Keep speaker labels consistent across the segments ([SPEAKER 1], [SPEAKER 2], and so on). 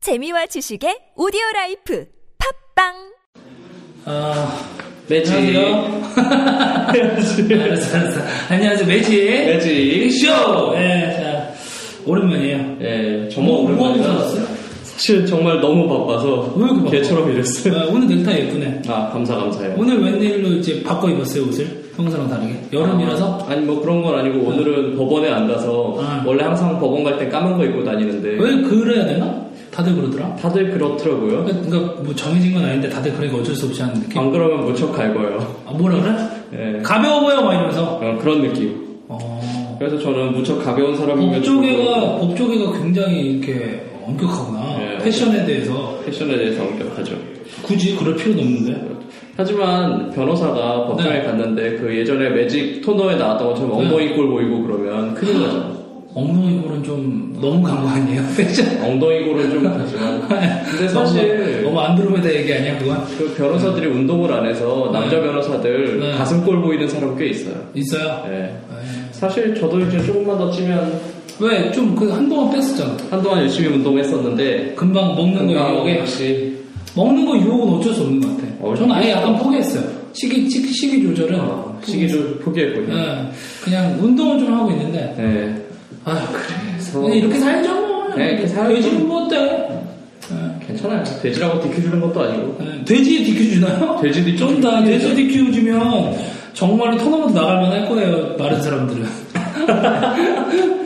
[SPEAKER 1] 재미와 지식의 오디오 라이프 팝빵
[SPEAKER 2] 아,
[SPEAKER 3] 매직.
[SPEAKER 2] 알았어, 알았어. 안녕하세요, 매직.
[SPEAKER 3] 매직
[SPEAKER 2] 쇼! 예, 자, 오랜만이에요.
[SPEAKER 3] 예, 정말
[SPEAKER 2] 뭐 하고
[SPEAKER 3] 오랜만이다.
[SPEAKER 2] 있었어요?
[SPEAKER 3] 사실 정말 너무 바빠서
[SPEAKER 2] 왜 이렇게 바빠?
[SPEAKER 3] 개처럼 일했어요.
[SPEAKER 2] 아, 오늘 넥타이 예쁘네.
[SPEAKER 3] 아, 감사 감사해요.
[SPEAKER 2] 오늘 웬일로 이제 바꿔 입었어요, 옷을. 평소랑 다르게. 여름이라서?
[SPEAKER 3] 아, 아니 뭐 그런 건 아니고 오늘은 법원에 안 가서
[SPEAKER 2] 아.
[SPEAKER 3] 원래 항상 법원 갈 때 까만 거 입고 다니는데
[SPEAKER 2] 왜 그래야 되나? 다들 그러더라.
[SPEAKER 3] 다들 그렇더라고요.
[SPEAKER 2] 그러니까, 그러니까 뭐 정해진 건 아닌데 다들 그러니까 어쩔 수 없이 하는 느낌.
[SPEAKER 3] 안 그러면 무척 갈거예요.
[SPEAKER 2] 아, 뭐라 그래?
[SPEAKER 3] 예,
[SPEAKER 2] 가벼워 보여, 막 이러면서.
[SPEAKER 3] 어, 그런 느낌.
[SPEAKER 2] 어.
[SPEAKER 3] 그래서 저는 무척 가벼운 사람이면
[SPEAKER 2] 법조계가, 법조계가 굉장히 이렇게 엄격하구나.
[SPEAKER 3] 예,
[SPEAKER 2] 패션에 대해서.
[SPEAKER 3] 패션에 대해서 엄격하죠.
[SPEAKER 2] 굳이 그럴 필요는 없는데.
[SPEAKER 3] 하지만 변호사가 법정에
[SPEAKER 2] 네.
[SPEAKER 3] 갔는데 그 예전에 매직 토너에 나왔던 것처럼
[SPEAKER 2] 네.
[SPEAKER 3] 엉덩이 꼴 보이고 그러면 큰일 나죠.
[SPEAKER 2] 엉덩이 볼은 좀 너무 간 거 아니에요? 패션.
[SPEAKER 3] 엉덩이 골은 좀 하지만 근데 사실
[SPEAKER 2] 네. 너무, 너무 안드로메다 얘기 아니야 그건?
[SPEAKER 3] 그 변호사들이 운동을 안 해서 남자
[SPEAKER 2] 네.
[SPEAKER 3] 변호사들
[SPEAKER 2] 네.
[SPEAKER 3] 가슴골 보이는 사람 꽤 있어요.
[SPEAKER 2] 있어요.
[SPEAKER 3] 예. 사실 저도 이제 조금만 더 찌면
[SPEAKER 2] 왜 좀 그 한동안 뺐었잖아.
[SPEAKER 3] 한동안 열심히 운동했었는데
[SPEAKER 2] 금방 먹는 거
[SPEAKER 3] 건강하게
[SPEAKER 2] 유혹에
[SPEAKER 3] 역시
[SPEAKER 2] 먹는 거 유혹은 어쩔 수 없는 것 같아.
[SPEAKER 3] 어,
[SPEAKER 2] 저는 아예 약간 포기했어요. 식이 식이, 식이 조절은
[SPEAKER 3] 아, 시기를 포기했군요.
[SPEAKER 2] 예. 그냥 운동은 좀 하고 있는데
[SPEAKER 3] 예.
[SPEAKER 2] 아 그래.
[SPEAKER 3] 그래서-
[SPEAKER 2] 그냥 이렇게 살죠 뭐.
[SPEAKER 3] 네, 이렇게 살죠.
[SPEAKER 2] 돼지는 뭐 어때? 네.
[SPEAKER 3] 괜찮아요. 돼지라고 디켜주는 것도 아니고
[SPEAKER 2] 예. 돼지 디큐주나요?
[SPEAKER 3] 돼지 디큐
[SPEAKER 2] 좀다 돼지 디큐주면 정말로 터너먼트 나갈 만할 거예요. 마른 사람들은.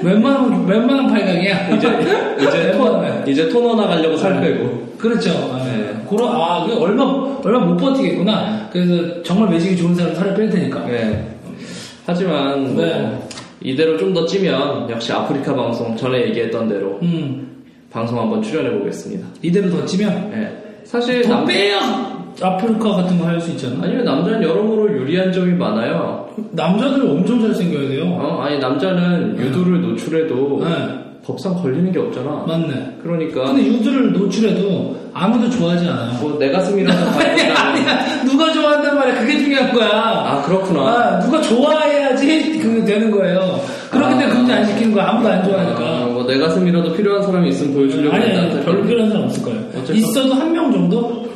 [SPEAKER 2] 웬만한 웬만한 팔각이야.
[SPEAKER 3] 이제
[SPEAKER 2] 네.
[SPEAKER 3] 이제 토
[SPEAKER 2] 웬만한.
[SPEAKER 3] 이제 토너 나가려고 살 빼고
[SPEAKER 2] 그렇죠. 아,
[SPEAKER 3] 네.
[SPEAKER 2] 그런 아, 그 얼마 얼마 못 버티겠구나. 그래서 정말 매직이 좋은 사람 살을 뺄 테니까.
[SPEAKER 3] 네. 하지만 뭐
[SPEAKER 2] 네.
[SPEAKER 3] 이대로 좀 더 찌면 역시 아프리카 방송 전에 얘기했던 대로
[SPEAKER 2] 음
[SPEAKER 3] 방송 한번 출연해 보겠습니다.
[SPEAKER 2] 이대로 더 찌면
[SPEAKER 3] 예. 사실
[SPEAKER 2] 더
[SPEAKER 3] 남,
[SPEAKER 2] 빼야 아프리카 같은 거 할 수 있잖아.
[SPEAKER 3] 아니면 남자는 여러모로 유리한 점이 많아요.
[SPEAKER 2] 남자들 엄청 잘 생겨야 돼요.
[SPEAKER 3] 어? 아니 남자는 유두를 노출해도
[SPEAKER 2] 네,
[SPEAKER 3] 법상 걸리는 게 없잖아.
[SPEAKER 2] 맞네.
[SPEAKER 3] 그러니까
[SPEAKER 2] 근데 유두를 노출해도 아무도 좋아하지 않아요.
[SPEAKER 3] 뭐 내 가슴이라도
[SPEAKER 2] 아니
[SPEAKER 3] 봐야
[SPEAKER 2] 아니야 누가 좋아한단 말이야 그게 중요한 거야.
[SPEAKER 3] 아 그렇구나.
[SPEAKER 2] 아, 누가 좋아해야지 그 되는 거예요. 그렇기 때문에 금지 안 시키는 거 아무도 안
[SPEAKER 3] 아,
[SPEAKER 2] 좋아하니까.
[SPEAKER 3] 뭐 내 가슴이라도 필요한 사람이 있으면 보여주려고
[SPEAKER 2] 아니 아니
[SPEAKER 3] 했는데
[SPEAKER 2] 별로 필요한 사람 없을 거예요.
[SPEAKER 3] 어쨌건-
[SPEAKER 2] 있어도 한 명 정도.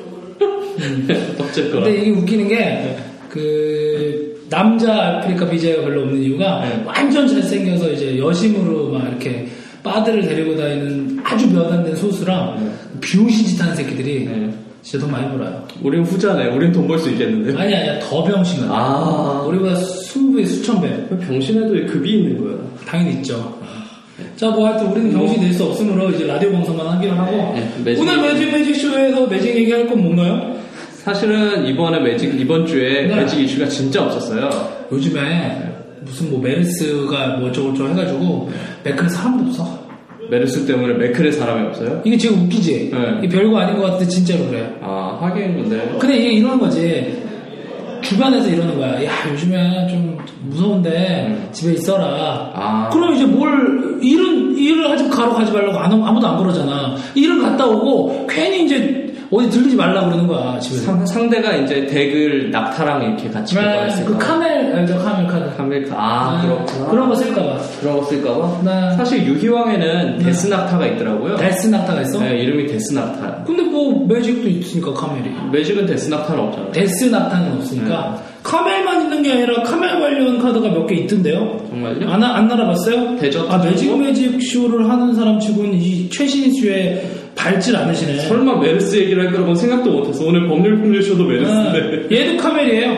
[SPEAKER 3] 어쨌거나
[SPEAKER 2] 근데 이게 웃기는
[SPEAKER 3] 네.
[SPEAKER 2] 게 그 남자 아프리카 비자가 별로 없는 이유가
[SPEAKER 3] 네.
[SPEAKER 2] 완전 잘생겨서 이제 여심으로 막 이렇게 바들을 데리고 다니는 아주 몇 안 된 소수랑 비용신 짓 하는 새끼들이
[SPEAKER 3] 네.
[SPEAKER 2] 진짜 돈 많이 벌어요.
[SPEAKER 3] 우린 후자네. 우린 돈 벌 수 있겠는데.
[SPEAKER 2] 아니 아니야 더 병신은.
[SPEAKER 3] 아
[SPEAKER 2] 우리보다 수배 수천 배.
[SPEAKER 3] 왜 병신에도 왜 급이 있는 거야?
[SPEAKER 2] 당연히 있죠. 자, 뭐 하여튼 우리는 정신 낼 수 없으므로 이제 라디오 방송만 하기로 하고
[SPEAKER 3] 네, 매직.
[SPEAKER 2] 오늘 매직 매직 쇼에서 매직 얘기할 건 뭔가요?
[SPEAKER 3] 사실은 이번에 매직 이번 주에
[SPEAKER 2] 네.
[SPEAKER 3] 매직 이슈가 진짜 없었어요.
[SPEAKER 2] 요즘에 무슨 뭐 메르스가 뭐 어쩌고 저쩌고 해가지고 매크에 사람도 없어.
[SPEAKER 3] 메르스 때문에 매클의 사람이 없어요?
[SPEAKER 2] 이게 지금 웃기지?
[SPEAKER 3] 네.
[SPEAKER 2] 이게 별거 아닌 것 같은데 진짜로 그래.
[SPEAKER 3] 아 하긴 근데
[SPEAKER 2] 근데 이게 이런 거지. 주변에서 이러는 거야. 야 요즘에 좀 무서운데 집에 있어라.
[SPEAKER 3] 아
[SPEAKER 2] 그럼 이제 뭘 일은 일을 하지 가러 가지 말라고 안 하면 아무도 안 그러잖아. 일을 갔다 오고 괜히 이제 어디 들리지 말라 고 그러는 거야 집에서.
[SPEAKER 3] 상, 상대가 이제 덱을 낙타랑 이렇게 같이
[SPEAKER 2] 아, 그
[SPEAKER 3] 보관했을까?
[SPEAKER 2] 카멜 네. 알죠 카멜 카드.
[SPEAKER 3] 카밀카 아, 그렇구나
[SPEAKER 2] 런거 쓸까봐.
[SPEAKER 3] 그런 거 쓸까봐?
[SPEAKER 2] 나
[SPEAKER 3] 사실 유희왕에는
[SPEAKER 2] 네.
[SPEAKER 3] 데스 낙타가 있더라고요
[SPEAKER 2] 데스 낙타가 있어.
[SPEAKER 3] 네, 이름이 데스 낙타
[SPEAKER 2] 근데 뭐 매직도 있으니까 카멜이.
[SPEAKER 3] 매직은 데스 낙타는 없잖아요
[SPEAKER 2] 데스 낙타는
[SPEAKER 3] 음.
[SPEAKER 2] 없으니까 카멜만 있는 게 아니라 카멜 관련 카드가 몇 개 있던데요.
[SPEAKER 3] 정말요?
[SPEAKER 2] 안, 안 알아봤어요?
[SPEAKER 3] 대전
[SPEAKER 2] 아 매직 매직 쇼를 하는 사람 치고는 이 최신 쇼에 밟질 않으시네.
[SPEAKER 3] 설마 메르스 얘기를 할 거라고 생각도 못했어 오늘 법률 풀리쇼도 메르스인데
[SPEAKER 2] 아, 얘도 카멜이에요.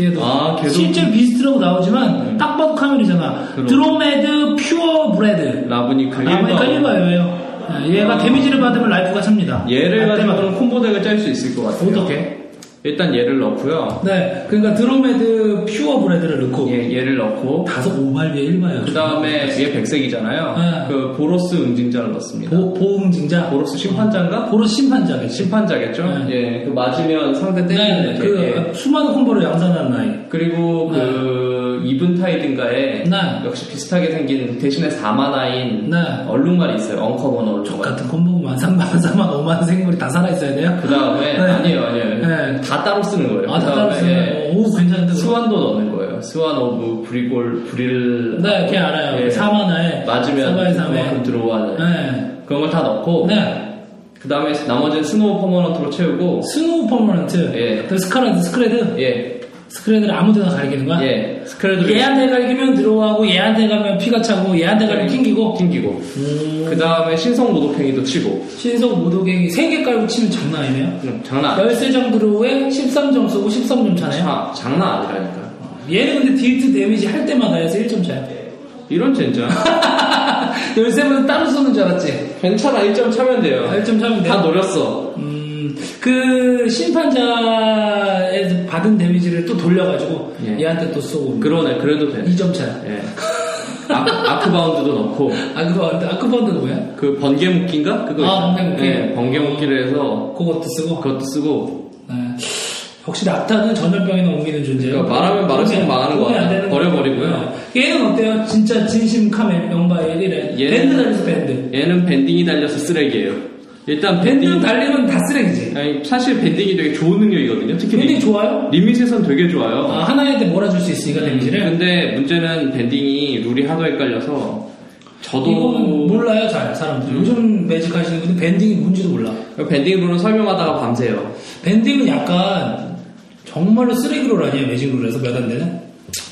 [SPEAKER 2] 얘도.
[SPEAKER 3] 아, 걔도-
[SPEAKER 2] 실제로 비스트라고 나오지만
[SPEAKER 3] 네.
[SPEAKER 2] 딱 봐도 카멜이잖아.
[SPEAKER 3] 그럼.
[SPEAKER 2] 드로메드 퓨어 브레드.
[SPEAKER 3] 라브니카
[SPEAKER 2] 네. 아메리카 뭐
[SPEAKER 3] 1번
[SPEAKER 2] 1바예요. 네, 얘가 데미지를 받으면 라이프가 찹니다.
[SPEAKER 3] 아. 얘를
[SPEAKER 2] 아, 때마다.
[SPEAKER 3] 가지고는 콤보덱을 짤 수 있을 것 같아요
[SPEAKER 2] 어떻게?
[SPEAKER 3] 일단 얘를 넣고요
[SPEAKER 2] 네, 그러니까 드로메드 퓨어 브레드를 넣고
[SPEAKER 3] 얘, 얘를 예, 넣고
[SPEAKER 2] 다섯 오발 위에 1바예요.
[SPEAKER 3] 그 다음에 얘 백색이잖아요
[SPEAKER 2] 네.
[SPEAKER 3] 그 보로스 응징자를 넣습니다
[SPEAKER 2] 보, 보응징자.
[SPEAKER 3] 보로스 심판자인가?
[SPEAKER 2] 보로 심판자겠지.
[SPEAKER 3] 심판자겠죠?
[SPEAKER 2] 네.
[SPEAKER 3] 예, 그 맞으면 상대 때리는
[SPEAKER 2] 네,
[SPEAKER 3] 네,
[SPEAKER 2] 그
[SPEAKER 3] 그,
[SPEAKER 2] 수많은 콤보를 양산한 나이.
[SPEAKER 3] 그리고 그 이븐타이든가에
[SPEAKER 2] 네.
[SPEAKER 3] 역시 비슷하게 생긴 대신에 4만화인
[SPEAKER 2] 네.
[SPEAKER 3] 얼룩말이 있어요 언커버너 얼룩말
[SPEAKER 2] 같은 콤보만 3만, 4만, 5만 생물이 다 살아있어야 돼요?
[SPEAKER 3] 그 다음에
[SPEAKER 2] 네.
[SPEAKER 3] 아니에요 아니에요
[SPEAKER 2] 네.
[SPEAKER 3] 다 따로 쓰는 거예요
[SPEAKER 2] 아, 다
[SPEAKER 3] 그다음에,
[SPEAKER 2] 따로 쓰네.
[SPEAKER 3] 예,
[SPEAKER 2] 오, 괜찮은데. 그거?
[SPEAKER 3] 스완도 넣는 거예요 스완 오브 브리골 브릴
[SPEAKER 2] 네, 걔 알아요.
[SPEAKER 3] 예.
[SPEAKER 2] 사만화에
[SPEAKER 3] 맞으면
[SPEAKER 2] 사바의 사에
[SPEAKER 3] 그만큼 들어오는
[SPEAKER 2] 네.
[SPEAKER 3] 그런 걸 다 넣고
[SPEAKER 2] 네.
[SPEAKER 3] 그 그 다음에 나머지는 스노우 퍼머넌트로 채우고
[SPEAKER 2] 스노우 퍼머넌트.
[SPEAKER 3] 예.
[SPEAKER 2] 그 스카라드, 스크레드.
[SPEAKER 3] 예,
[SPEAKER 2] 스크레드를 아무 데나 갈기는 거야?
[SPEAKER 3] 예, 스크래드로
[SPEAKER 2] 얘한테 갈기면 들어가고, 얘한테 가면 피가 차고, 얘한테 가면
[SPEAKER 3] 예.
[SPEAKER 2] 낑기고.
[SPEAKER 3] 튕기고 그 다음에 신성 모독팽이도 치고
[SPEAKER 2] 신속 모독행이 3개 깔고 치면 장난 아니네요?
[SPEAKER 3] 그럼 장난 아니-
[SPEAKER 2] 13점 드로우에 13점 쏘고 13점 차네요?
[SPEAKER 3] 자, 장난 아니라니까
[SPEAKER 2] 얘는 근데 딜트 데미지 할 때마다 해서 1점 차야.
[SPEAKER 3] 이런 젠장
[SPEAKER 2] 열쇠보다 따로 쏘는 줄 알았지?
[SPEAKER 3] 괜찮아 1점 차면 돼요
[SPEAKER 2] 1점 차면 돼.
[SPEAKER 3] 다 노렸어
[SPEAKER 2] 음, 그 심판자에 받은 데미지를 또 돌려가지고
[SPEAKER 3] 예.
[SPEAKER 2] 얘한테 또 쏘고
[SPEAKER 3] 그러네 그래도 돼
[SPEAKER 2] 2점 차야.
[SPEAKER 3] 예. 아, 크바운드도 넣고
[SPEAKER 2] 아 그거 아크번드 뭐야?
[SPEAKER 3] 그 번개 묶기인가? 그거
[SPEAKER 2] 아,
[SPEAKER 3] 있-
[SPEAKER 2] 번개 묶기.
[SPEAKER 3] 예, 번개 묶기를 해서
[SPEAKER 2] 그것도 쓰고.
[SPEAKER 3] 그것도 쓰고
[SPEAKER 2] 네. 확실히 악타는 전염병이나 옮기는 존재예요.
[SPEAKER 3] 그러니까 말하면 말할수록
[SPEAKER 2] 보면-
[SPEAKER 3] 망하는 거
[SPEAKER 2] 보면 안
[SPEAKER 3] 같아요.
[SPEAKER 2] 되는
[SPEAKER 3] 버려버리고요.
[SPEAKER 2] 거예요. 얘는 어때요? 진짜 진심 카멘 영바 1이래.
[SPEAKER 3] 얘는-
[SPEAKER 2] 밴드 달리서 밴드.
[SPEAKER 3] 얘는 밴딩이 달려서 쓰레기예요 일단
[SPEAKER 2] 밴드
[SPEAKER 3] 밴딩
[SPEAKER 2] 달리면 다 쓰레기지.
[SPEAKER 3] 아니, 사실 밴딩이 되게 좋은 능력이거든요 특히
[SPEAKER 2] 굉장히 좋아요.
[SPEAKER 3] 리밋에선 되게 좋아요
[SPEAKER 2] 아, 하나한테 몰아줄 수 있으니까 데미지를.
[SPEAKER 3] 네, 근데 문제는 밴딩이 룰이 하도 헷갈려서
[SPEAKER 2] 이거는
[SPEAKER 3] 저도
[SPEAKER 2] 몰라요 잘 사람들. 요즘 매직 하시는 분들 밴딩이 뭔지도 몰라.
[SPEAKER 3] 밴딩 룰은 설명하다가 밤새요
[SPEAKER 2] 밴딩은 약간 정말로 쓰레기로 아니야 매직 룰에서 몇 안 되는.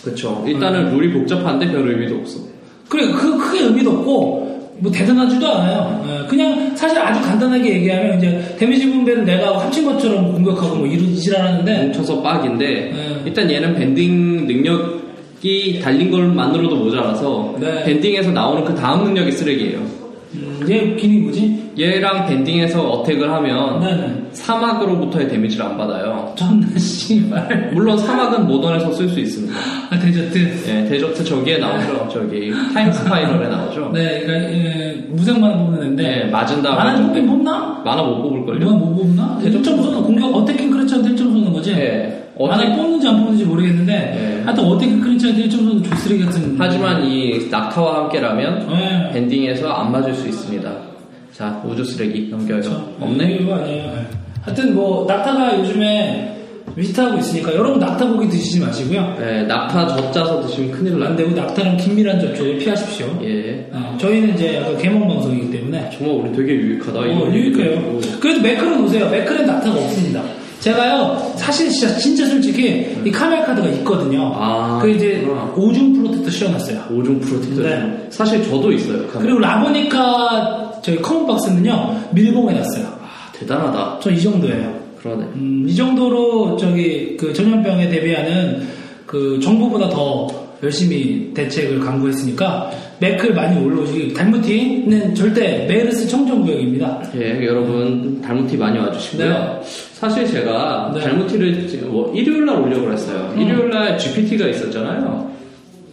[SPEAKER 3] 그쵸
[SPEAKER 2] 네.
[SPEAKER 3] 일단은 룰이 복잡한데 별 의미도 없어
[SPEAKER 2] 그래 그 크게 의미도 없고. 뭐 대단하지도 않아요. 예, 그냥 사실 아주 간단하게 얘기하면 이제 데미지 분배를 내가 합친 것처럼 공격하고 뭐 이런 지랄하는데
[SPEAKER 3] 뭉쳐서 빡인데
[SPEAKER 2] 네.
[SPEAKER 3] 일단 얘는 밴딩 능력이 달린 것만으로도 모자라서
[SPEAKER 2] 네.
[SPEAKER 3] 밴딩에서 나오는 그 다음 능력이 쓰레기예요
[SPEAKER 2] 음, 얘 기능이 뭐지?
[SPEAKER 3] 얘랑 밴딩에서 어택을 하면
[SPEAKER 2] 나는
[SPEAKER 3] 사막으로부터의 데미지를 안 받아요
[SPEAKER 2] 존나 씨발
[SPEAKER 3] 물론 사막은 모던에서 쓸 수 있습니다
[SPEAKER 2] 아, 데저트
[SPEAKER 3] 예, 데저트 저기에 나오죠 저기 타임 스파이럴에 나오죠
[SPEAKER 2] 네 그러니까 예, 무생만 보는 앤데 아,
[SPEAKER 3] 네, 맞은
[SPEAKER 2] 나는
[SPEAKER 3] 다음에
[SPEAKER 2] 좀비 뽑나?
[SPEAKER 3] 만화 못 뽑을걸요? 네.
[SPEAKER 2] 내가 뭐 뽑나? 1점 쏘는 공격 어택킹 크리처한테 1점 쏘는 거지?
[SPEAKER 3] 예. 어,
[SPEAKER 2] 만약에 뽑는지 안 뽑는지 모르겠는데
[SPEAKER 3] 예.
[SPEAKER 2] 하여튼 어택킹 크리처한테 1점 쏘는 조쓰레기 같은
[SPEAKER 3] 하지만 이 낙타와 함께라면
[SPEAKER 2] 예.
[SPEAKER 3] 밴딩에서 안 맞을 수 있습니다. 자, 우주 쓰레기 넘겨요. 없네?
[SPEAKER 2] 그렇죠. 이거 아니에요 예. 하여튼 뭐 낙타가 요즘에 위트하고 있으니까 여러분 낙타 고기 드시지 마시고요
[SPEAKER 3] 네, 낙타 젖자서 드시면 큰일
[SPEAKER 2] 안
[SPEAKER 3] 난데.
[SPEAKER 2] 되고 낙타랑 긴밀한 접촉을 피하십시오
[SPEAKER 3] 예.
[SPEAKER 2] 어, 저희는 이제 약간 개몽 방송이기 때문에
[SPEAKER 3] 정말 우리 되게 유익하다.
[SPEAKER 2] 어,
[SPEAKER 3] 이런
[SPEAKER 2] 유익해요.
[SPEAKER 3] 얘기도 있고.
[SPEAKER 2] 그래도 매크는 오세요. 매크는 낙타가 없습니다. 제가요, 사실 진짜, 진짜 솔직히 이 카멜 카드가 있거든요.
[SPEAKER 3] 아,
[SPEAKER 2] 그 이제
[SPEAKER 3] 그렇구나.
[SPEAKER 2] 오줌 프로텍터 씌워놨어요.
[SPEAKER 3] 오종 프로텍터.
[SPEAKER 2] 네.
[SPEAKER 3] 사실 저도 있어요. 가면.
[SPEAKER 2] 그리고 라보니카 저희 커먼 박스는요, 밀봉해 놨어요.
[SPEAKER 3] 아, 대단하다.
[SPEAKER 2] 저 이 정도예요.
[SPEAKER 3] 그러네.
[SPEAKER 2] 음, 이 정도로 저기 그 전염병에 대비하는 그 정부보다 더 열심히 대책을 강구했으니까 매클 많이 올라오시기 달무티는 절대 메르스 청정구역입니다.
[SPEAKER 3] 예, 여러분, 달무티 많이 와주시고요.
[SPEAKER 2] 네.
[SPEAKER 3] 사실 제가
[SPEAKER 2] 네.
[SPEAKER 3] 달무티를 지금 뭐 일요일날 올려고 했어요. 일요일날 GPT가 있었잖아요.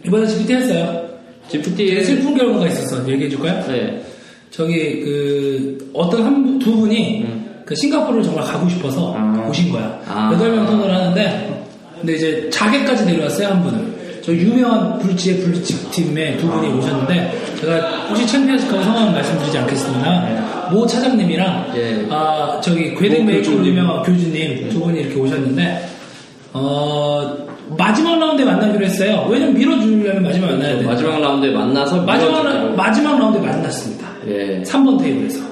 [SPEAKER 2] 이번에 GPT 했어요. 되게
[SPEAKER 3] GPT에
[SPEAKER 2] 슬픈 결과가 있었어. 얘기해 줄까요?
[SPEAKER 3] 네.
[SPEAKER 2] 저기 그 어떤 한 두 분이 그 싱가포르를 정말 가고 싶어서
[SPEAKER 3] 음. 아.
[SPEAKER 2] 오신 거야.
[SPEAKER 3] 아.
[SPEAKER 2] 여덟 명 선을 하는데 근데 이제 자객까지 데려왔어요 한 분을. 저 유명한 불지의 불집 팀의 두
[SPEAKER 3] 아.
[SPEAKER 2] 분이 오셨는데 제가 혹시 챔피언스컵 성함 말씀드리지 않겠습니다. 모 차장님이랑
[SPEAKER 3] 네. 예.
[SPEAKER 2] 아 저기 괴댕
[SPEAKER 3] 모
[SPEAKER 2] 메이커
[SPEAKER 3] 교수님. 네.
[SPEAKER 2] 유명한 교주님 두 분이 이렇게 오셨는데 어 마지막 라운드에 만나기로 했어요. 왜냐면 밀어주려면 마지막 에 만나야 돼.
[SPEAKER 3] 마지막 라운드에 만나서
[SPEAKER 2] 네. 마지막, 라-
[SPEAKER 3] 밀어주고.
[SPEAKER 2] 마지막 라운드에 만났습니다.
[SPEAKER 3] 예
[SPEAKER 2] 3번 테이블에서.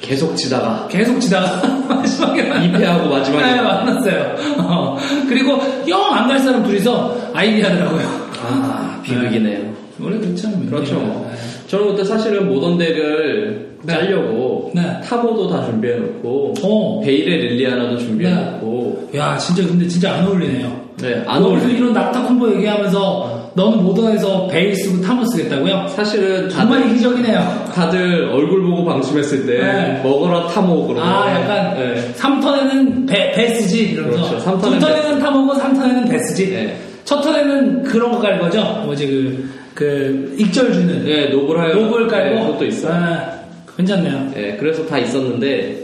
[SPEAKER 3] 계속 지다가
[SPEAKER 2] 계속 지다가 마지막에 만났-
[SPEAKER 3] 이패하고 마지막에
[SPEAKER 2] 네, 만났어요. 어. 그리고 영 안 갈 사람 둘이서 아이디하더라고요.
[SPEAKER 3] 아 비극이네요
[SPEAKER 2] 원래 그렇죠.
[SPEAKER 3] 그렇죠 저는 그때 사실은 모던 덱을
[SPEAKER 2] 네.
[SPEAKER 3] 짜려고
[SPEAKER 2] 네.
[SPEAKER 3] 타보도 다 준비해놓고
[SPEAKER 2] 어.
[SPEAKER 3] 베일의 릴리아나도 준비해놓고
[SPEAKER 2] 야, 진짜 근데 진짜 안 어울리네요.
[SPEAKER 3] 네, 안
[SPEAKER 2] 너무
[SPEAKER 3] 어울려요
[SPEAKER 2] 이런 낙타 콤보 얘기하면서 넌 모던에서 베일 쓰고 타모 쓰겠다고요?
[SPEAKER 3] 사실은 다들,
[SPEAKER 2] 정말 이기적이네요.
[SPEAKER 3] 다들 얼굴 보고 방심했을 때
[SPEAKER 2] 네.
[SPEAKER 3] 먹어라 타모 그런
[SPEAKER 2] 아,
[SPEAKER 3] 거.
[SPEAKER 2] 약간
[SPEAKER 3] 네.
[SPEAKER 2] 3턴에는 배, 배 쓰지 이러면서
[SPEAKER 3] 그렇죠. 삼 턴에는
[SPEAKER 2] 2턴에는 타보고 3턴에는 배 쓰지.
[SPEAKER 3] 네.
[SPEAKER 2] 첫 턴에는 그런 거 깔 거죠? 뭐지 그, 그 익절 주는
[SPEAKER 3] 네, 노블 하여
[SPEAKER 2] 로그를 깔고
[SPEAKER 3] 네, 그것도 있어요
[SPEAKER 2] 아, 괜찮네요.
[SPEAKER 3] 예, 그래서 다 있었는데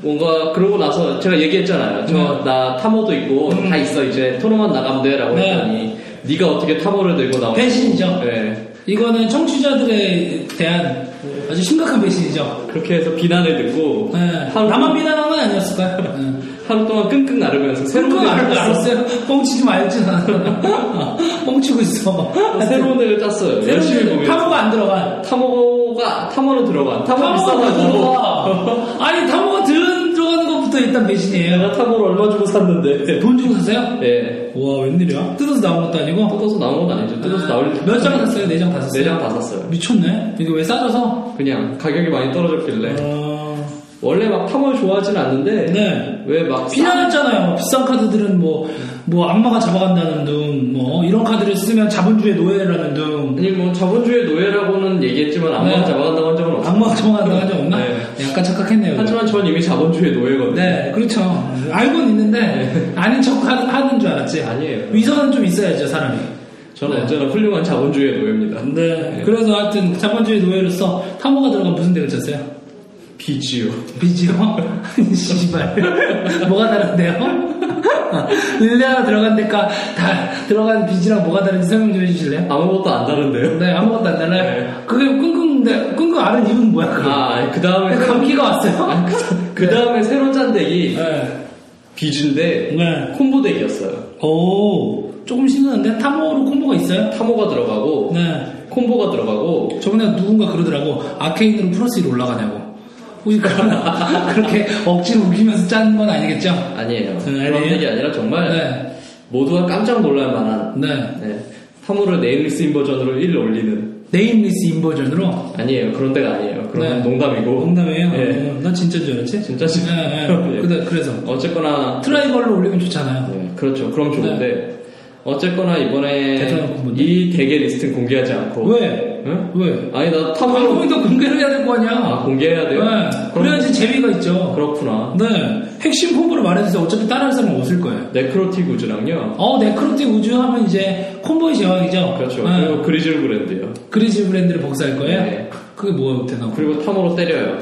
[SPEAKER 3] 뭔가 그러고 나서 제가 얘기했잖아요. 저 나 타모도 있고 다 있어 이제 토너만 나가면 돼라고
[SPEAKER 2] 음. 네.
[SPEAKER 3] 했더니 네가 어떻게 타모를 들고 나오냐.
[SPEAKER 2] 배신이죠.
[SPEAKER 3] 예.
[SPEAKER 2] 이거는 청취자들에 대한 아주 심각한 배신이죠.
[SPEAKER 3] 그렇게 해서 비난을 듣고
[SPEAKER 2] 네.
[SPEAKER 3] 하루,
[SPEAKER 2] 나만 비난한 건 아니었을까요? 네.
[SPEAKER 3] 하루 동안 끙끙 나르면서 새로운
[SPEAKER 2] 그건 알-
[SPEAKER 3] 애를 땄어요.
[SPEAKER 2] 알았어요. 뻥치지 말지 않아. 뻥치고 있어.
[SPEAKER 3] 새로운 애를 땄어요. 열심히
[SPEAKER 2] 새로운
[SPEAKER 3] 보면
[SPEAKER 2] 탐호가 안 들어간.
[SPEAKER 3] 타모가 타모는 들어간 타모
[SPEAKER 2] 탐호가 안
[SPEAKER 3] 비싸가지고
[SPEAKER 2] 들어가. 아니 탐호가 들은 들어가는 것부터 일단 배신이에요. 네,
[SPEAKER 3] 내가 타모를 얼마 주고 샀는데
[SPEAKER 2] 돈 주고 사세요?
[SPEAKER 3] 예
[SPEAKER 2] 와 웬일이야? 뜯어서 나온 것도 아니고.
[SPEAKER 3] 뜯어서 나온 건 아니죠 뜯어서 나올
[SPEAKER 2] 몇장 샀어요? 네 장 다 샀어요.
[SPEAKER 3] 네장 다 샀어요
[SPEAKER 2] 미쳤네. 이게 왜 싸져서?
[SPEAKER 3] 그냥 가격이 많이 떨어졌길래
[SPEAKER 2] 어...
[SPEAKER 3] 원래 막 타모를 좋아하진 않는데
[SPEAKER 2] 네.
[SPEAKER 3] 왜막
[SPEAKER 2] 비난했잖아요. 비싼 카드들은 뭐, 뭐, 악마가 잡아간다는 둥, 뭐, 이런 카드를 쓰면 자본주의 노예라는 둥,
[SPEAKER 3] 아니 뭐 자본주의 노예라고는 얘기했지만 악마가
[SPEAKER 2] 네.
[SPEAKER 3] 잡아간다고 한 적은 없어요
[SPEAKER 2] 악마가 잡아간다는 한적 없나?
[SPEAKER 3] 네.
[SPEAKER 2] 약간 착각했네요.
[SPEAKER 3] 하지만 전 이미 자본주의 노예거든요
[SPEAKER 2] 네, 그렇죠. 알고는 있는데, 아닌 척 하- 하는 줄 알았지.
[SPEAKER 3] 네. 아니에요.
[SPEAKER 2] 위선은 좀 있어야죠, 사람이.
[SPEAKER 3] 저는
[SPEAKER 2] 네.
[SPEAKER 3] 언제나 훌륭한 자본주의 노예입니다
[SPEAKER 2] 네. 그래서 하여튼, 자본주의 노예로서 탐호가 들어간 무슨 데를 쳤어요?
[SPEAKER 3] 비지요
[SPEAKER 2] 비지요? 씨발. 뭐가 다른데요? 릴레아 들어간 데가 다 들어간 비지랑 뭐가 다른지 설명 좀 해주실래요?
[SPEAKER 3] 아무것도 안 다른데요
[SPEAKER 2] 네, 아무것도 안 달라요.
[SPEAKER 3] 네.
[SPEAKER 2] 그게 끙끙대, 끙끙 앓은 이유는 뭐야, 그럼?
[SPEAKER 3] 아그 다음에
[SPEAKER 2] 감기가 왔어요?
[SPEAKER 3] 그 다음에 새로운 짠덱이
[SPEAKER 2] 네.
[SPEAKER 3] 비즈인데
[SPEAKER 2] 네.
[SPEAKER 3] 콤보 덱이었어요.
[SPEAKER 2] 오, 조금 신기한데? 탐호로 콤보가 있어요?
[SPEAKER 3] 타모가 들어가고
[SPEAKER 2] 네.
[SPEAKER 3] 콤보가 들어가고
[SPEAKER 2] 저번에 누군가 그러더라고. 아케인으로 플러스 1 올라가냐고. 혹시 그러나? 그렇게 억지로 우기면서 짠 건 아니겠죠?
[SPEAKER 3] 아니에요.
[SPEAKER 2] 네,
[SPEAKER 3] 그런
[SPEAKER 2] 아니에요?
[SPEAKER 3] 덱이 아니라 정말
[SPEAKER 2] 네.
[SPEAKER 3] 모두가 깜짝 놀랄 만한
[SPEAKER 2] 네.
[SPEAKER 3] 네. 타모를 네일리스인 버전으로 1 올리는
[SPEAKER 2] 네임리스 인버전으로.
[SPEAKER 3] 아니에요. 그런 덱가 아니에요. 그런
[SPEAKER 2] 네.
[SPEAKER 3] 건 농담이고
[SPEAKER 2] 농담이에요?
[SPEAKER 3] 네.
[SPEAKER 2] 어, 나 진짜인 줄 알았지?
[SPEAKER 3] 진짜 예. 지
[SPEAKER 2] 네, 네. 근데 그래서.
[SPEAKER 3] 어쨌거나
[SPEAKER 2] 트라이벌로 올리면 좋잖아요.
[SPEAKER 3] 네, 그렇죠. 그럼 좋은데 어쨌거나
[SPEAKER 2] 대단한
[SPEAKER 3] 이번에
[SPEAKER 2] 콤보인데?
[SPEAKER 3] 이 덱의 리스트는 공개하지 않고
[SPEAKER 2] 왜?
[SPEAKER 3] 응?
[SPEAKER 2] 왜?
[SPEAKER 3] 아니 나 타모를
[SPEAKER 2] 방송도 공개를 해야 될 거 아니야.
[SPEAKER 3] 아, 공개해야 돼요.
[SPEAKER 2] 네.
[SPEAKER 3] 그럼-
[SPEAKER 2] 그래야지 재미가 있죠.
[SPEAKER 3] 그렇구나.
[SPEAKER 2] 네. 핵심 콤보를 말해주세요. 어차피 따라할 사람은 없을 거예요.
[SPEAKER 3] 네크로틱 우즈랑요.
[SPEAKER 2] 어, 네크로틱 우주 하면 이제 콤보의 제왕이죠.
[SPEAKER 3] 그렇죠.
[SPEAKER 2] 네.
[SPEAKER 3] 그리고 그리즐 브랜드요.
[SPEAKER 2] 그리즈 브랜드를 복사할 거예요.
[SPEAKER 3] 네.
[SPEAKER 2] 그게 뭐되나
[SPEAKER 3] 그리고 탐으로 때려요.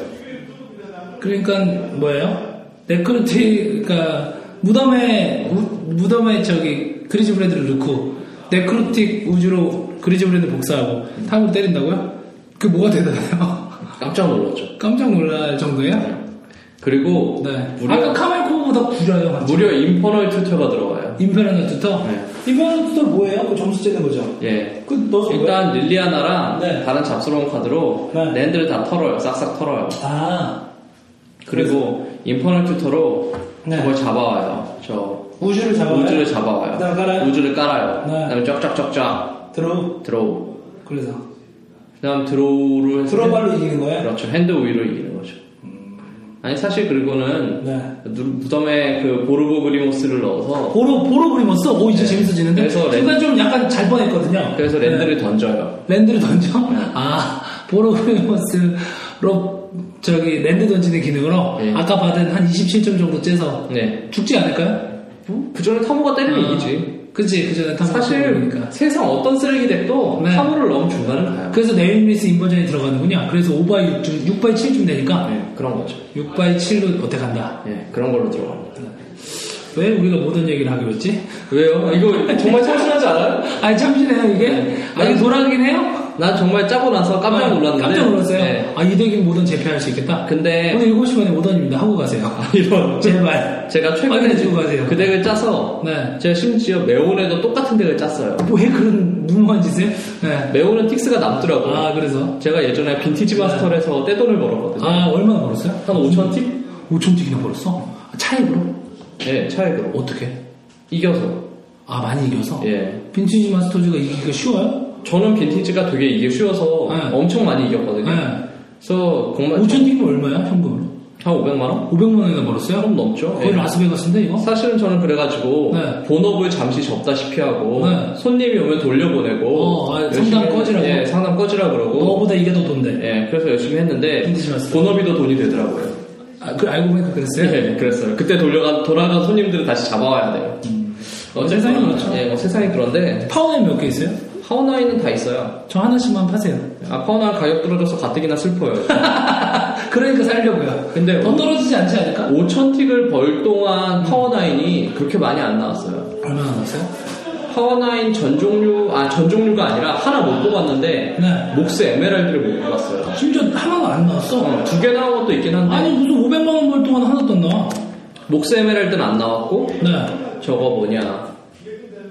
[SPEAKER 2] 그러니까 뭐예요? 네크로틱, 그러니까 무덤에 우, 무덤에 저기 그리즈 브랜드를 넣고 네크로틱 우주로 그리즈 브랜드 복사하고 탐을 때린다고요? 그게 뭐가 대단해요?
[SPEAKER 3] 깜짝 놀랐죠.
[SPEAKER 2] 깜짝 놀랄 정도예요?
[SPEAKER 3] 그리고
[SPEAKER 2] 네. 아까
[SPEAKER 3] 무려
[SPEAKER 2] 카멜코보다 구려요. 완전.
[SPEAKER 3] 무려 인퍼널 튜터가 들어가요.
[SPEAKER 2] 인페르노 투터?
[SPEAKER 3] 네.
[SPEAKER 2] 인페르노 투터 뭐예요? 그 점수 재는 거죠?
[SPEAKER 3] 예.
[SPEAKER 2] 그 넣어서 뭐예요?
[SPEAKER 3] 일단 릴리아나랑
[SPEAKER 2] 네.
[SPEAKER 3] 다른 잡스러운 카드로
[SPEAKER 2] 네.
[SPEAKER 3] 랜드를 다 털어요. 싹싹 털어요.
[SPEAKER 2] 아
[SPEAKER 3] 그리고 인퍼널 튜터로
[SPEAKER 2] 네.
[SPEAKER 3] 그걸 잡아와요. 저
[SPEAKER 2] 우주를 잡아요?
[SPEAKER 3] 우주를 잡아와요.
[SPEAKER 2] 네, 깔아요.
[SPEAKER 3] 우주를 깔아요.
[SPEAKER 2] 네.
[SPEAKER 3] 그다음에 쫙쫙쫙쫙
[SPEAKER 2] 들어
[SPEAKER 3] 드로우.
[SPEAKER 2] 그래서
[SPEAKER 3] 그다음 드로우를 해서
[SPEAKER 2] 들어발로 이기는 음. 거예요?
[SPEAKER 3] 그렇죠. 핸드 오이로 이기는 거죠. 아니 사실 그리고는
[SPEAKER 2] 네
[SPEAKER 3] 누- 무덤에 그 보르보 그리모스를 넣어서
[SPEAKER 2] 보로 보로 그리머스? 오 이제 재밌어지는데
[SPEAKER 3] 네. 그래서 랜-
[SPEAKER 2] 순간 좀 약간 잘 뻔했거든요
[SPEAKER 3] 그래서
[SPEAKER 2] 네.
[SPEAKER 3] 랜드를 네. 던져요.
[SPEAKER 2] 랜드를 던져? 아 보로 그리머스로 저기 랜드 던지는 기능으로
[SPEAKER 3] 예.
[SPEAKER 2] 아까 받은 한 27점 정도 째서
[SPEAKER 3] 네.
[SPEAKER 2] 죽지 않을까요?
[SPEAKER 3] 그 전에 타모가 때리면 이기지.
[SPEAKER 2] 아, 그치 그전에 탐험
[SPEAKER 3] 사실
[SPEAKER 2] 그러니까.
[SPEAKER 3] 세상 어떤 쓰레기 덱도
[SPEAKER 2] 네.
[SPEAKER 3] 타모를 넣으면 중간은 가요.
[SPEAKER 2] 그래서 네임리스 인버전이 들어가는군요 그래서 5바이 6중 6바이 7중 되니까
[SPEAKER 3] 네, 그런 거죠.
[SPEAKER 2] 6바이 7로 어떻게 간다
[SPEAKER 3] 예, 그런 걸로 들어갑니다.
[SPEAKER 2] 왜 우리가 모든 얘기를 하기로 했지?
[SPEAKER 3] 왜요? 이거 정말 참신하지 않아요?
[SPEAKER 2] 아니 참신해요 이게?
[SPEAKER 3] 네.
[SPEAKER 2] 아 이게 돌아가긴 해요?
[SPEAKER 3] 난 정말 짜고 나서 깜짝 네. 놀랐는데.
[SPEAKER 2] 네, 깜짝 놀랐어요?
[SPEAKER 3] 네.
[SPEAKER 2] 아 이대긴 모던 재패할 수 있겠다?
[SPEAKER 3] 근데 아,
[SPEAKER 2] 오늘 7시 반에 모던입니다 하고 가세요
[SPEAKER 3] 이런
[SPEAKER 2] 제발
[SPEAKER 3] 제가 최근에
[SPEAKER 2] 확인해주고 가세요
[SPEAKER 3] 그 덱을 짜서
[SPEAKER 2] 네.
[SPEAKER 3] 제가 심지어 메온에도 똑같은 덱을 짰어요.
[SPEAKER 2] 왜 그런 무모한 짓을? 네.
[SPEAKER 3] 메온은 틱스가 남더라고요.
[SPEAKER 2] 아 그래서?
[SPEAKER 3] 제가 예전에 빈티지 마스터에서 떼돈을 벌었거든요.
[SPEAKER 2] 아 얼마나 벌었어요?
[SPEAKER 3] 한 5천 팁?
[SPEAKER 2] 5천 틱이나 벌었어? 아, 차액으로?
[SPEAKER 3] 네, 차액으로.
[SPEAKER 2] 어떻게?
[SPEAKER 3] 이겨서.
[SPEAKER 2] 아 많이 이겨서?
[SPEAKER 3] 예.
[SPEAKER 2] 빈티지 마스터즈가 이기기가 쉬워요?
[SPEAKER 3] 저는 빈티지가 되게 이게 쉬워서
[SPEAKER 2] 네.
[SPEAKER 3] 엄청 많이 이겼거든요.
[SPEAKER 2] 네.
[SPEAKER 3] 그래서 정말
[SPEAKER 2] 5천 틱이면 얼마야 현금으로?
[SPEAKER 3] 한 500만 원?
[SPEAKER 2] 500만 원이나 벌었어요?
[SPEAKER 3] 조금 넘죠.
[SPEAKER 2] 거의
[SPEAKER 3] 예.
[SPEAKER 2] 라스베가스인데 이거?
[SPEAKER 3] 사실은 저는 그래가지고
[SPEAKER 2] 네.
[SPEAKER 3] 본업을 잠시 접다시피 하고
[SPEAKER 2] 네.
[SPEAKER 3] 손님이 오면 돌려보내고
[SPEAKER 2] 어, 아,
[SPEAKER 3] 열심히
[SPEAKER 2] 상담
[SPEAKER 3] 했-
[SPEAKER 2] 꺼지라고? 어.
[SPEAKER 3] 예, 상담 꺼지라 그러고
[SPEAKER 2] 너보다 이게 더 돈데
[SPEAKER 3] 예, 그래서 열심히 했는데
[SPEAKER 2] 빈티지 마스터.
[SPEAKER 3] 본업이 더 돈이 되더라고요.
[SPEAKER 2] 아, 그 알고 보니까 그랬어요?
[SPEAKER 3] 네, 그랬어요. 그때 돌려가 돌아간 손님들을 다시 잡아와야 돼요. 어쨌거나
[SPEAKER 2] 음. 세상이 그렇죠.
[SPEAKER 3] 예, 뭐 세상이 그런데
[SPEAKER 2] 파워는 몇 개 있어요?
[SPEAKER 3] 파워나인은 다 있어요.
[SPEAKER 2] 저 하나씩만 파세요.
[SPEAKER 3] 아 파워나 가격 떨어져서 가뜩이나 슬퍼요.
[SPEAKER 2] 그러니까 살려고요.
[SPEAKER 3] 근데
[SPEAKER 2] 더 떨어지지 않지 않을까?
[SPEAKER 3] 5천 틱을 벌 동안 파워나인이 그렇게 많이 안 나왔어요.
[SPEAKER 2] 얼마나 나왔어요?
[SPEAKER 3] 파워나인 전 종류, 아, 전 종류가 아니라 하나 못 뽑았는데,
[SPEAKER 2] 네.
[SPEAKER 3] 목세 에메랄드를 못 뽑았어요.
[SPEAKER 2] 심지어 하나도 안 나왔어.
[SPEAKER 3] 어, 두 개 나온 것도 있긴 한데,
[SPEAKER 2] 아니 무슨 500만 원 벌 동안 하나도 안 나와.
[SPEAKER 3] 목세 에메랄드는 안 나왔고,
[SPEAKER 2] 네.
[SPEAKER 3] 저거 뭐냐,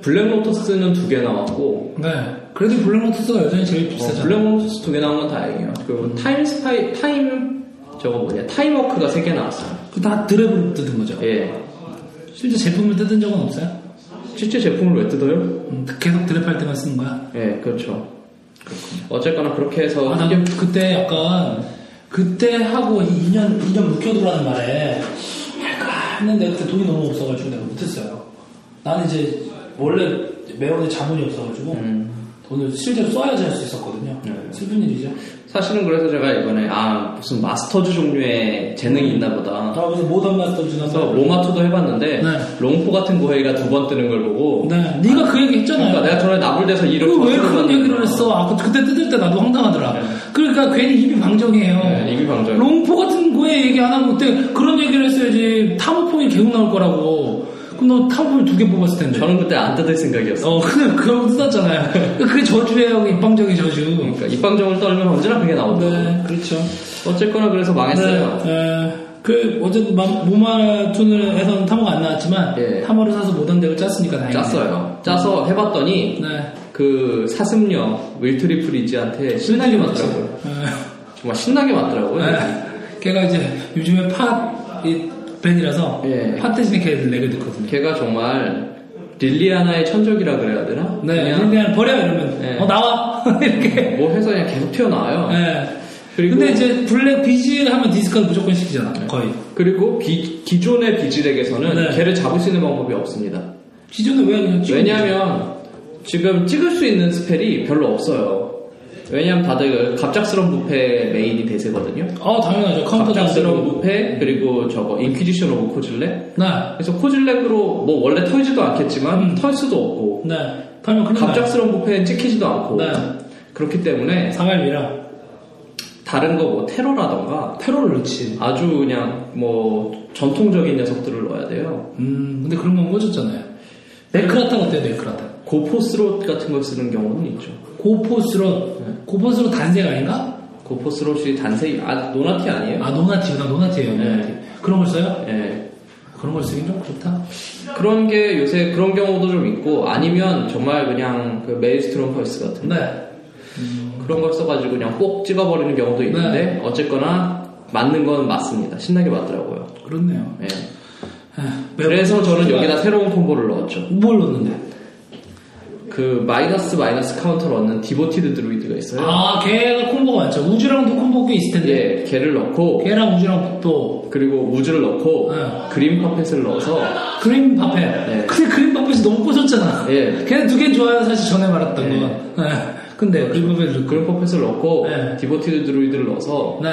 [SPEAKER 3] 블랙로토스는 두 개 나왔고, 어,
[SPEAKER 2] 네. 그래도 블랙로투스가 여전히 제일 비싸잖아.
[SPEAKER 3] 블랙로토스 두 개 나온 건 다행이에요. 그리고 타임 스파이, 타임, 저거 뭐냐, 타임워크가 세 개 나왔어요.
[SPEAKER 2] 그다 드랩으로 뜯은 거죠.
[SPEAKER 3] 예.
[SPEAKER 2] 실제 제품을 뜯은 적은 없어요?
[SPEAKER 3] 실제 제품을 왜 뜯어요?
[SPEAKER 2] 음, 계속 드랩할 때만 쓰는 거야.
[SPEAKER 3] 예, 그렇죠. 어쨌거나 그렇게 해서
[SPEAKER 2] 아, 나
[SPEAKER 3] 이게
[SPEAKER 2] 그때 약간 그때 하고 이 2년 2년 묵혀두라는 말에 할까 했는데 그때 돈이 너무 없어가지고 내가 못했어요. 나는 이제 원래 매원에 자본이 없어가지고
[SPEAKER 3] 음.
[SPEAKER 2] 돈을 실제로 써야지 할 수 있었거든요.
[SPEAKER 3] 네.
[SPEAKER 2] 슬픈 일이죠.
[SPEAKER 3] 사실은 그래서 제가 이번에 아 무슨 마스터즈 종류의 재능이 있나 보다.
[SPEAKER 2] 나 무슨 모던 마스터 지나서
[SPEAKER 3] 그래서 로마토도 해봤는데
[SPEAKER 2] 네.
[SPEAKER 3] 롱포 같은 고해가 두 번 뜨는 걸 보고
[SPEAKER 2] 네, 네가 그 얘기 했잖아요.
[SPEAKER 3] 어. 그러니까 내가 전에 나불대서 이렇게
[SPEAKER 2] 그왜 그런
[SPEAKER 3] 뜯어봤는데.
[SPEAKER 2] 얘기를 했어? 아, 그- 그때 뜯을 때 나도 황당하더라. 그러니까 괜히 입이 방정이에요.
[SPEAKER 3] 네, 입이 방정.
[SPEAKER 2] 롱포 같은 거에 얘기 안 하고 그때 그런 얘기를 했어야지. 타모폼이 계속 나올 거라고. 그럼 너 타모폼 두개 뽑았을 텐데.
[SPEAKER 3] 저는 그때 안 뜯을 생각이었어.
[SPEAKER 2] 어, 그냥 그러고 뜯었잖아요. 그게 저주예요. 입방정이 저주.
[SPEAKER 3] 그러니까 입방정을 떨면 언제나 그게 나오고.
[SPEAKER 2] 네, 그렇죠.
[SPEAKER 3] 어쨌거나 그래서 망했어요.
[SPEAKER 2] 네, 에, 그 어쨌든 마- 모마톤에서는 타모가 안 나왔지만
[SPEAKER 3] 예.
[SPEAKER 2] 타모를 사서 모던덱을 짰으니까 다행이네.
[SPEAKER 3] 짰어요. 짜서 해봤더니
[SPEAKER 2] 네.
[SPEAKER 3] 그 사슴녀 윌트리 프리지한테 신나게 맞더라고요.
[SPEAKER 2] 에.
[SPEAKER 3] 정말 신나게 맞더라고요.
[SPEAKER 2] 네. 걔가 이제 요즘에 팟 이, 밴이라서
[SPEAKER 3] 예.
[SPEAKER 2] 팟 대신에 걔를 렉을 듣거든요.
[SPEAKER 3] 걔가 정말 릴리아나의 천적이라 그래야 되나?
[SPEAKER 2] 네,
[SPEAKER 3] 그냥
[SPEAKER 2] 그냥 버려 이러면
[SPEAKER 3] 네.
[SPEAKER 2] 어 나와 이렇게.
[SPEAKER 3] 뭐 해서 그냥 계속 튀어나와요.
[SPEAKER 2] 네.
[SPEAKER 3] 그리고-
[SPEAKER 2] 근데 이제 블랙 비질 하면 디스카드 무조건 시키잖아. 거의.
[SPEAKER 3] 그리고 기, 기존의 비즈덱에서는
[SPEAKER 2] 네.
[SPEAKER 3] 걔를 잡을 수 있는 방법이 없습니다.
[SPEAKER 2] 기존에 왜 그냥 찍어?
[SPEAKER 3] 왜냐하면 지금 찍을 수 있는 스펠이 별로 없어요. 왜냐하면 다들 갑작스러운 부패 메인이 대세거든요.
[SPEAKER 2] 아 당연하죠. 카운터 네.
[SPEAKER 3] 갑작스러운 그
[SPEAKER 2] 당대로.
[SPEAKER 3] 부패 그리고 저거 인퀴지션 오브 코질렉.
[SPEAKER 2] 네.
[SPEAKER 3] 그래서 코질렉으로 뭐 원래 털지도 않겠지만 털 수도 없고
[SPEAKER 2] 네. 타면
[SPEAKER 3] 음.
[SPEAKER 2] 큰일 나요.
[SPEAKER 3] 갑작스러운 부패는 찍히지도 않고
[SPEAKER 2] 네.
[SPEAKER 3] 그렇기 때문에
[SPEAKER 2] 상알미라
[SPEAKER 3] 다른 거 뭐 테러라던가
[SPEAKER 2] 테러를 넣지.
[SPEAKER 3] 아주 그냥 뭐 전통적인 녀석들을 넣어야 돼요.
[SPEAKER 2] 음, 근데 그런 건 꺼졌잖아요. 네크라탄 어때요, 네크라탄?
[SPEAKER 3] 고포스롯 같은 걸 쓰는 경우는 있죠.
[SPEAKER 2] 고포스로,
[SPEAKER 3] 네.
[SPEAKER 2] 고포스로 단색 아닌가?
[SPEAKER 3] 고포스롯이 단색이 아 노나티 아니에요?
[SPEAKER 2] 아, 노나티구나, 노나티예요
[SPEAKER 3] 네.
[SPEAKER 2] 노나티. 그런 걸 써요?
[SPEAKER 3] 예.
[SPEAKER 2] 그런 걸 쓰긴 좀 그렇다.
[SPEAKER 3] 그런 게 요새 그런 경우도 좀 있고 아니면 정말 그냥 그 메일스트롬 펄스 같은
[SPEAKER 2] 네.
[SPEAKER 3] 그런 걸 써가지고 그냥 꼭 찍어버리는 경우도 있는데
[SPEAKER 2] 네.
[SPEAKER 3] 어쨌거나 맞는 건 맞습니다. 신나게 맞더라고요.
[SPEAKER 2] 그렇네요. 네.
[SPEAKER 3] 예.
[SPEAKER 2] 에휴,
[SPEAKER 3] 그래서 저는 여기다 새로운 콤보를 넣었죠.
[SPEAKER 2] 뭘 넣는데?
[SPEAKER 3] 그 마이너스 마이너스 카운터를 얻는 디보티드 드루이드가 있어요.
[SPEAKER 2] 아, 네. 걔가 콤보가 많죠. 우주랑도 콤보 꽤 있을 텐데.
[SPEAKER 3] 예, 걔를 넣고
[SPEAKER 2] 걔랑 우주랑 또
[SPEAKER 3] 그리고 우즈를 넣고
[SPEAKER 2] 네.
[SPEAKER 3] 그린 파펫을 넣어서
[SPEAKER 2] 그린 파펫. 근데 그린 파펫이 너무 꽂혔잖아.
[SPEAKER 3] 예.
[SPEAKER 2] 걔는 두 개는 좋아요, 사실 전에 말했던
[SPEAKER 3] 예. 그렇죠.
[SPEAKER 2] 건. 예. 근데 그린 파펫을 그
[SPEAKER 3] 그린 파펫을 넣고
[SPEAKER 2] 네.
[SPEAKER 3] 디보티드 드루이드를 넣어서
[SPEAKER 2] 네.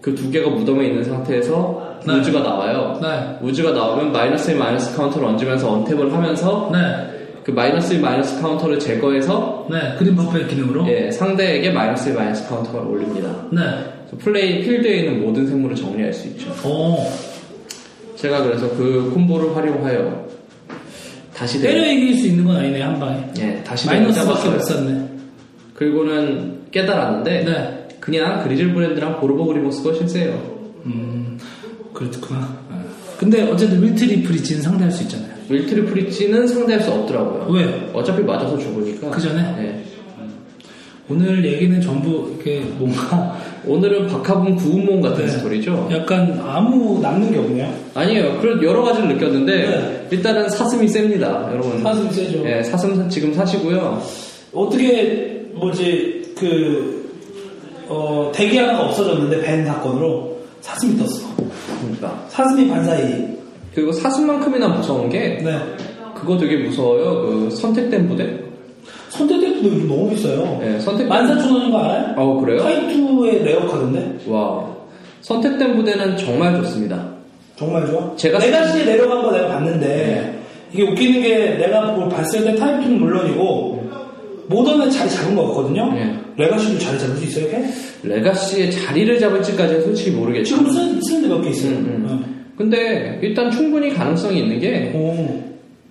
[SPEAKER 3] 그 두 개가 무덤에 있는 상태에서
[SPEAKER 2] 네.
[SPEAKER 3] 우즈가 나와요.
[SPEAKER 2] 네.
[SPEAKER 3] 우즈가 나오면 마이너스 마이너스 카운터를 얹으면서 언탭을 하면서
[SPEAKER 2] 네.
[SPEAKER 3] 그 마이너스 마이너스 카운터를 제거해서
[SPEAKER 2] 네. 그린 파펫 기능으로.
[SPEAKER 3] 예, 상대에게 마이너스 마이너스 카운터가 올립니다.
[SPEAKER 2] 네.
[SPEAKER 3] 그래서 플레이 필드에 있는 모든 생물을 정리할 수 있죠.
[SPEAKER 2] 오.
[SPEAKER 3] 제가 그래서 그 콤보를 활용하여 다시
[SPEAKER 2] 때려
[SPEAKER 3] 대
[SPEAKER 2] 이길 수 있는 건 아니네, 한 방에.
[SPEAKER 3] 예, 다시 대를
[SPEAKER 2] 마이너스밖에
[SPEAKER 3] 잡았어요. 예.
[SPEAKER 2] 못 썼네.
[SPEAKER 3] 그리고는 깨달았는데
[SPEAKER 2] 네.
[SPEAKER 3] 그냥 그리즐 브랜드랑 보르보 그리모스가 실세요.
[SPEAKER 2] 음, 그렇구나. 근데 어쨌든 윌트리 프리치는 상대할 수 있잖아요.
[SPEAKER 3] 윌트리 프리치는 상대할 수 없더라고요.
[SPEAKER 2] 왜?
[SPEAKER 3] 어차피 맞아서 죽으니까.
[SPEAKER 2] 그 전에?
[SPEAKER 3] 예.
[SPEAKER 2] 오늘 얘기는 전부 이렇게 뭔가
[SPEAKER 3] 오늘은 박하분 구운몽 같은
[SPEAKER 2] 네.
[SPEAKER 3] 스토리죠.
[SPEAKER 2] 약간 아무 남는 게 없네요.
[SPEAKER 3] 아니에요. 그런 여러 가지를 느꼈는데
[SPEAKER 2] 네.
[SPEAKER 3] 일단은 사슴이 셉니다, 여러분.
[SPEAKER 2] 사슴 세죠.
[SPEAKER 3] 예, 사슴 사- 지금 사시고요.
[SPEAKER 4] 어떻게 뭐지 그 어, 대기 하나가 없어졌는데 벤 사건으로 사슴이 떴어.
[SPEAKER 3] 그러니까.
[SPEAKER 4] 사슴이 반사이.
[SPEAKER 3] 그리고 사슴만큼이나 무서운 게
[SPEAKER 4] 네.
[SPEAKER 3] 그거 되게 무서워요. 그 선택된 부대.
[SPEAKER 4] 손대대도 요즘 너무 비싸요.
[SPEAKER 3] 예, 선택.
[SPEAKER 4] 14,000원인 거 알아요?
[SPEAKER 3] 어 그래요?
[SPEAKER 4] 타이투의 레어카던데
[SPEAKER 3] 와. 선택된 부대는 정말 좋습니다.
[SPEAKER 4] 정말 좋아.
[SPEAKER 3] 제가 네.
[SPEAKER 4] 내가 시에 내려간 거 내가 봤는데 이게 웃기는 게 내가 그걸 봤을 때 타이투는 물론이고 모던에 자리 잡은 거 같거든요.
[SPEAKER 3] 네.
[SPEAKER 4] 레가시도 자리 잡을 수 있어요, 이게?
[SPEAKER 3] 레가시의 자리를 잡을지까지는 솔직히 모르겠죠.
[SPEAKER 4] 지금 쓰- 쓰는 데 몇 개 있어요.
[SPEAKER 3] 음. 근데 일단 충분히 가능성이 있는 게
[SPEAKER 4] 네. 오.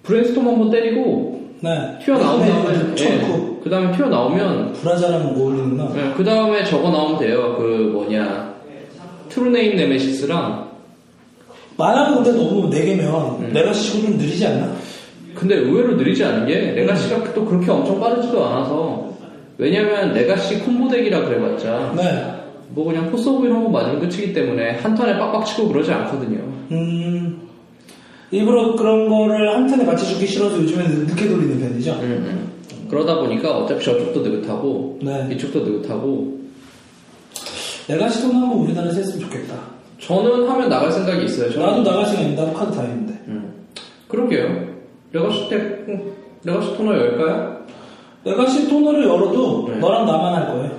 [SPEAKER 3] 브레인스톰 한번 때리고
[SPEAKER 2] 네.
[SPEAKER 3] 튀어나온 다음에
[SPEAKER 2] 고
[SPEAKER 3] 그 다음에 튀어나오면
[SPEAKER 2] 브라자랑 어울리는구나.
[SPEAKER 3] 그 다음에 저거 나오면 돼요 그 뭐냐 트루네임 네메시스랑
[SPEAKER 2] 만화가 근데 너무 네개면
[SPEAKER 3] 음.
[SPEAKER 2] 내가 시간이 좀 느리지 않나?
[SPEAKER 3] 근데 의외로 느리지 않은 게
[SPEAKER 2] 음.
[SPEAKER 3] 레가시가 또 그렇게 엄청 빠르지도 않아서 왜냐면 레가시 콤보덱이라 그래봤자
[SPEAKER 2] 네.
[SPEAKER 3] 뭐 그냥 포스오브 이런 거 맞으면 끝이기 때문에 한 턴에 빡빡 치고 그러지 않거든요
[SPEAKER 2] 음. 일부러 그런 거를 한 턴에 맞춰주기 싫어서 요즘에는 늦게 돌리는 편이죠.
[SPEAKER 3] 음, 음. 그러다 보니까 어차피 저쪽도 느긋하고
[SPEAKER 2] 네.
[SPEAKER 3] 이쪽도 느긋하고
[SPEAKER 2] 내가 시도는 한번 우리나라에서 했으면 좋겠다.
[SPEAKER 3] 저는 하면 나갈 생각이 있어요 저는
[SPEAKER 2] 네, 나도 나갈 생각인데, 나도 카드 다 했는데.
[SPEAKER 3] 음. 그러게요 레가시 덱 음, 레가시 토너 열까요?
[SPEAKER 2] 내가 시 토너를 열어도
[SPEAKER 3] 네.
[SPEAKER 2] 너랑 나만 할 거예요.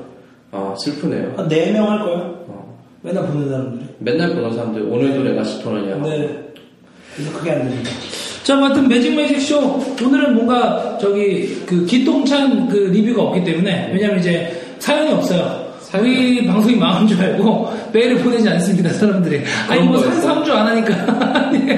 [SPEAKER 3] 아 슬프네요
[SPEAKER 2] 한 네 명 할 거예요.
[SPEAKER 3] 어.
[SPEAKER 2] 맨날 보는 사람들이.
[SPEAKER 3] 맨날 보는 사람들 오늘도 레가시
[SPEAKER 5] 네,
[SPEAKER 3] 토너냐
[SPEAKER 2] 근데, 그래서 그게 안 됩니다.
[SPEAKER 5] 자, 뭐 하여튼 매직 매직 쇼 오늘은 뭔가 저기 그 기똥찬 그 리뷰가 없기 때문에 왜냐면 이제 사연이 없어요. 우리 방송이 망한 줄 알고 메일을 보내지 않습니다 사람들이. 아니 뭐
[SPEAKER 3] 거였어?
[SPEAKER 5] 3, 3주 안 하니까 아니,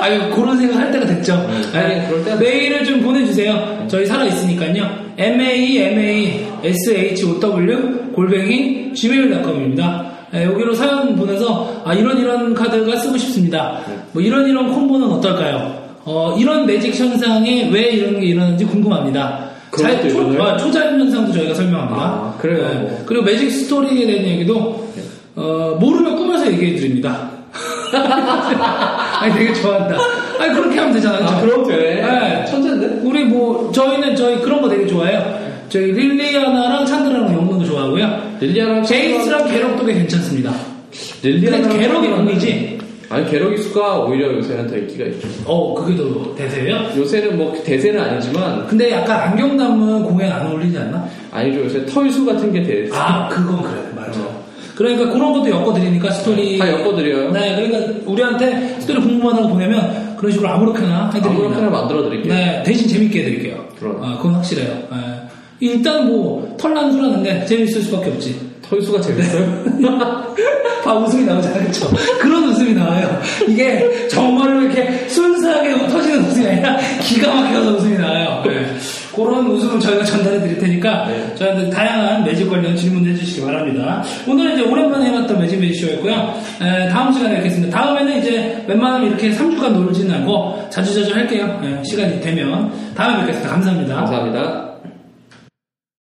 [SPEAKER 5] 아니 그런 생각 할 때가 됐죠.
[SPEAKER 3] 네.
[SPEAKER 5] 예.
[SPEAKER 3] 아니, 그럴 때가
[SPEAKER 5] 메일을 좀 보내주세요. 저희 살아 있으니까요. m a m a s h o w 골뱅이 gmail.com입니다. 네, 여기로 사연 보내서 아, 이런 이런 카드가 쓰고 싶습니다. 뭐 이런 이런 콤보는 어떨까요? 어, 이런 매직 현상에 왜 이런 게 일어나는지 궁금합니다.
[SPEAKER 3] 그런 것도
[SPEAKER 5] 초,
[SPEAKER 3] 있군요.
[SPEAKER 5] 아, 초자연 현상도 저희가 설명합니다. 네,
[SPEAKER 3] 아, 그래요.
[SPEAKER 5] 그리고 매직 스토리에 대한 얘기도 어, 모르면 꾸며서 얘기해 드립니다. 아니 되게 좋아한다. 아니 그렇게 하면 되잖아요.
[SPEAKER 3] 아, 그럼 돼.
[SPEAKER 5] 네.
[SPEAKER 3] 천재인데?
[SPEAKER 5] 우리 뭐 저희는 저희 그런 거 되게 좋아해요. 저희 릴리아나랑 찬드라랑 영롱도 좋아하고요.
[SPEAKER 3] 릴리아랑
[SPEAKER 5] 제임스랑 괴록도 꽤 괜찮습니다.
[SPEAKER 3] 릴리아랑
[SPEAKER 5] 근데 괴력이 언니지?
[SPEAKER 3] 아니 괴력 이수가 오히려 요새는 더 인기가 있죠.
[SPEAKER 5] 어 그게 더 대세예요?
[SPEAKER 3] 요새는 뭐 대세는 아니지만
[SPEAKER 5] 근데 약간 안경남은 공연 안 어울리지 않나?
[SPEAKER 3] 아니죠 요새 털수 같은 게 대세.
[SPEAKER 5] 아 그건 그래 맞아. 그러니까 그런 것도 엮어드리니까 스토리
[SPEAKER 3] 다 엮어드려요.
[SPEAKER 5] 네 그러니까 우리한테 스토리 궁금하다고 보내면 그런 식으로 아무렇게나 해드립니다.
[SPEAKER 3] 아무렇게나 만들어 드릴게요.
[SPEAKER 5] 네, 대신 재밌게 해드릴게요.
[SPEAKER 3] 그럼.
[SPEAKER 5] 아, 그건 확실해요. 예. 일단 뭐, 털난 수라는데 재밌을 수밖에 없지.
[SPEAKER 3] 털수가 재밌어요?
[SPEAKER 5] 아, 웃음이 나오잖아요. 그쵸? 그런 웃음이 나와요. 이게 정말로 이렇게 순수하게 터지는 웃음이 아니라 기가 막혀서 웃음이 나와요. 예. 그런 웃음을 저희가 전달해 드릴 테니까
[SPEAKER 3] 네.
[SPEAKER 5] 저희한테 다양한 매직 관련 질문을 해주시기 바랍니다. 오늘은 이제 오랜만에 해봤던 매직 매직쇼였고요. 예, 다음 시간에 뵙겠습니다. 다음에는 이제 웬만하면 이렇게 3주간 놀지는 않고 자주자주 할게요. 예, 시간이 되면. 다음에 뵙겠습니다. 감사합니다.
[SPEAKER 3] 감사합니다.